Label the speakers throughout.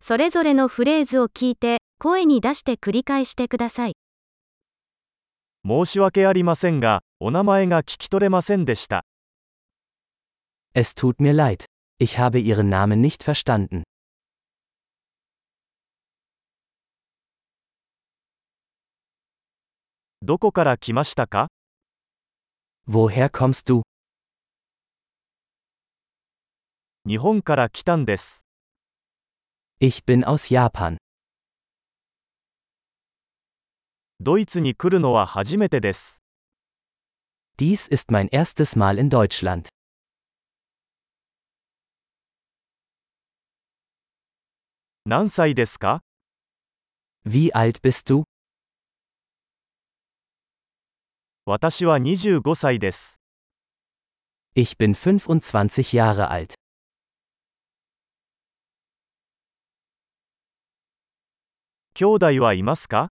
Speaker 1: それぞれのフレーズを聞いて、声に出して繰り返してください。
Speaker 2: 申し訳ありませんが、お名前が聞き取れませんでした。
Speaker 3: Es tut mir leid. Ich habe Ihren Namen nicht verstanden.
Speaker 2: どこから来ましたか
Speaker 3: Woher kommst du?
Speaker 2: 日本から来たんです。
Speaker 3: Ich bin aus Japan.
Speaker 2: ドイツに来るのは初めてです。
Speaker 3: Dies ist mein erstes Mal in Deutschland.
Speaker 2: 何歳ですか
Speaker 3: Wie alt bist du?
Speaker 2: 私は25歳です。
Speaker 3: Ich bin 25 Jahre alt.
Speaker 2: 兄弟はいますか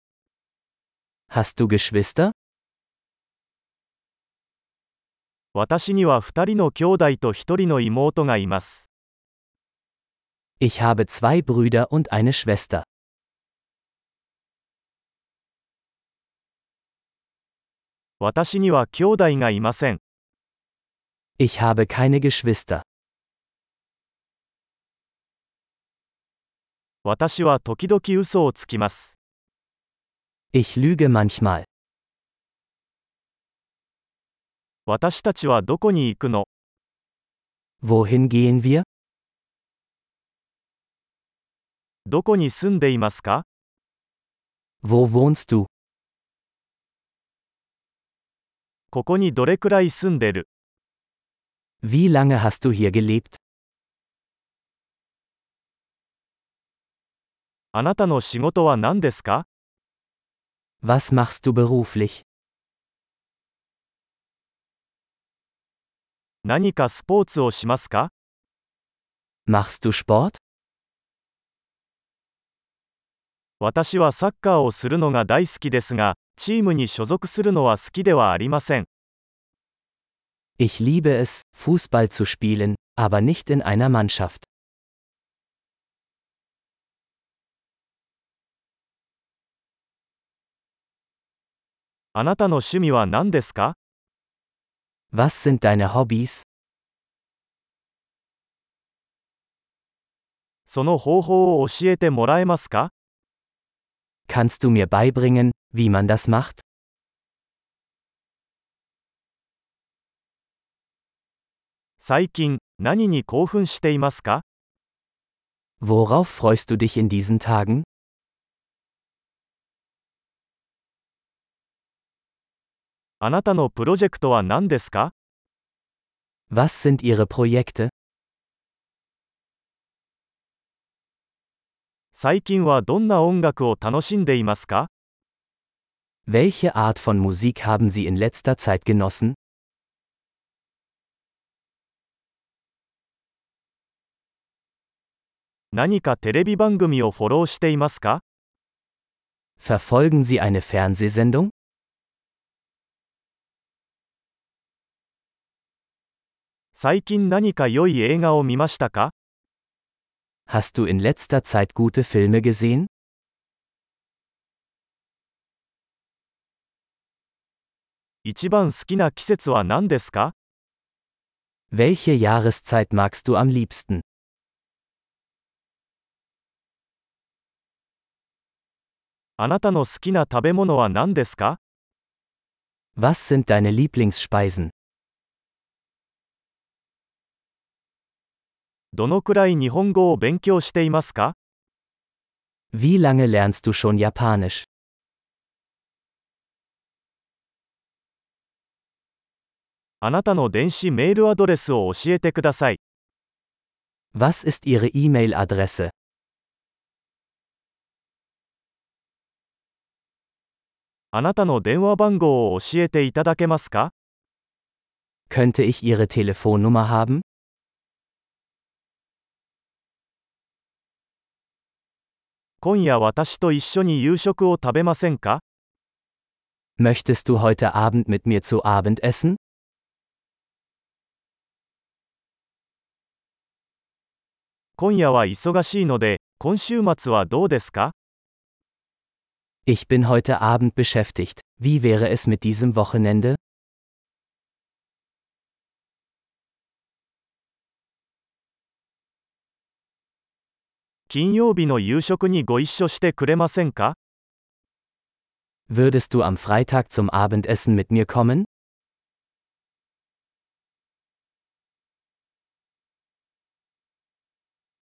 Speaker 3: Hast du Geschwister?
Speaker 2: 私には2人の兄弟と1人の妹がいます。
Speaker 3: Ich habe zwei Brüder und eine Schwester.
Speaker 2: 私には兄弟がいません。
Speaker 3: Ich habe keine Geschwister.
Speaker 2: 私は時々嘘をつきます。
Speaker 3: Ich lüge manchmal.
Speaker 2: 私たちはどこに行くの
Speaker 3: Wohin gehen wir?
Speaker 2: どこに住んでいますか
Speaker 3: Wo wohnst du?
Speaker 2: ここにどれくらい住んでる
Speaker 3: Wie lange hast du hier gelebt?
Speaker 2: あなたの仕事は何ですか
Speaker 3: Was machst du beruflich?
Speaker 2: 何かスポーツをしますか
Speaker 3: Machst du Sport?
Speaker 2: 私はサッカーをするのが大好きですが、チームに所属するのは好きではありません。
Speaker 3: Ich liebe es, Fußball zu spielen, aber nicht in einer Mannschaft.
Speaker 2: あなたの趣味は何ですか
Speaker 3: Was sind deine Hobbys?
Speaker 2: その方法を教えてもらえますか
Speaker 3: Kannst du mir beibringen, wie man das macht?
Speaker 2: 最近、何に興奮していますか
Speaker 3: Worauf freust du dich in diesen Tagen?
Speaker 2: あなたのプロジェクトは何ですか
Speaker 3: Was sind ihre Projekte?
Speaker 2: 最近はどんな音楽を楽しんでいますか
Speaker 3: Welche Art von Musik haben sie in letzter Zeit genossen?
Speaker 2: 何かテレビ番組をフォローしていますか
Speaker 3: Verfolgen sie eine Fernsehsendung?
Speaker 2: 最近何か良い映画を見ましたか
Speaker 3: Hast du in letzter Zeit gute Filme gesehen?
Speaker 2: 一番好きな季節は何ですか
Speaker 3: Welche Jahreszeit magst du am liebsten?
Speaker 2: あなたの好きな食べ物は何ですか
Speaker 3: Was sind deine Lieblingsspeisen?
Speaker 2: どのくらい日本語を勉強していますか
Speaker 3: Wie lange lernst du schon Japanisch?
Speaker 2: あなたの電子メールアドレスを教えてください。
Speaker 3: Was ist ihre E-Mail-Adresse?
Speaker 2: あなたの電話番号を教えていただけますか
Speaker 3: Könnte ich ihre Telefonnummer haben?
Speaker 2: 今夜私と一緒に夕食を食べませんか
Speaker 3: Möchtest du heute Abend mit mir zu Abend essen?
Speaker 2: 今夜は忙しいので、今週末はどうですか
Speaker 3: Ich bin heute Abend beschäftigt. Wie wäre es mit diesem Wochenende?
Speaker 2: 金曜日の夕食にご一緒してくれませんか
Speaker 3: Würdest du am Freitag zum Abendessen mit mir kommen?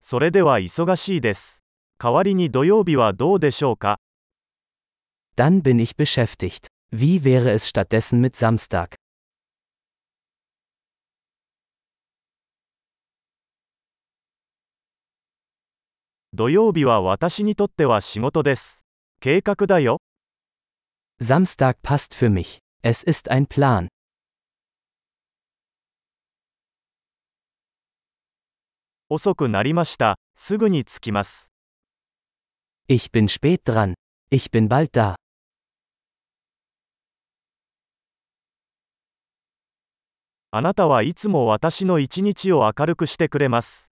Speaker 2: それでは忙しいです。代わりに土曜日はどうでしょうか
Speaker 3: Dann bin ich beschäftigt. Wie wäre es stattdessen mit Samstag?
Speaker 2: 土曜日は私にとっては仕事です。計画だよ。
Speaker 3: Samstag passt für mich. Es ist ein Plan.
Speaker 2: 遅くなりました。すぐに着きます。
Speaker 3: Ich bin spät dran. Ich bin bald da.
Speaker 2: あなたはいつも私の一日を明るくしてくれます。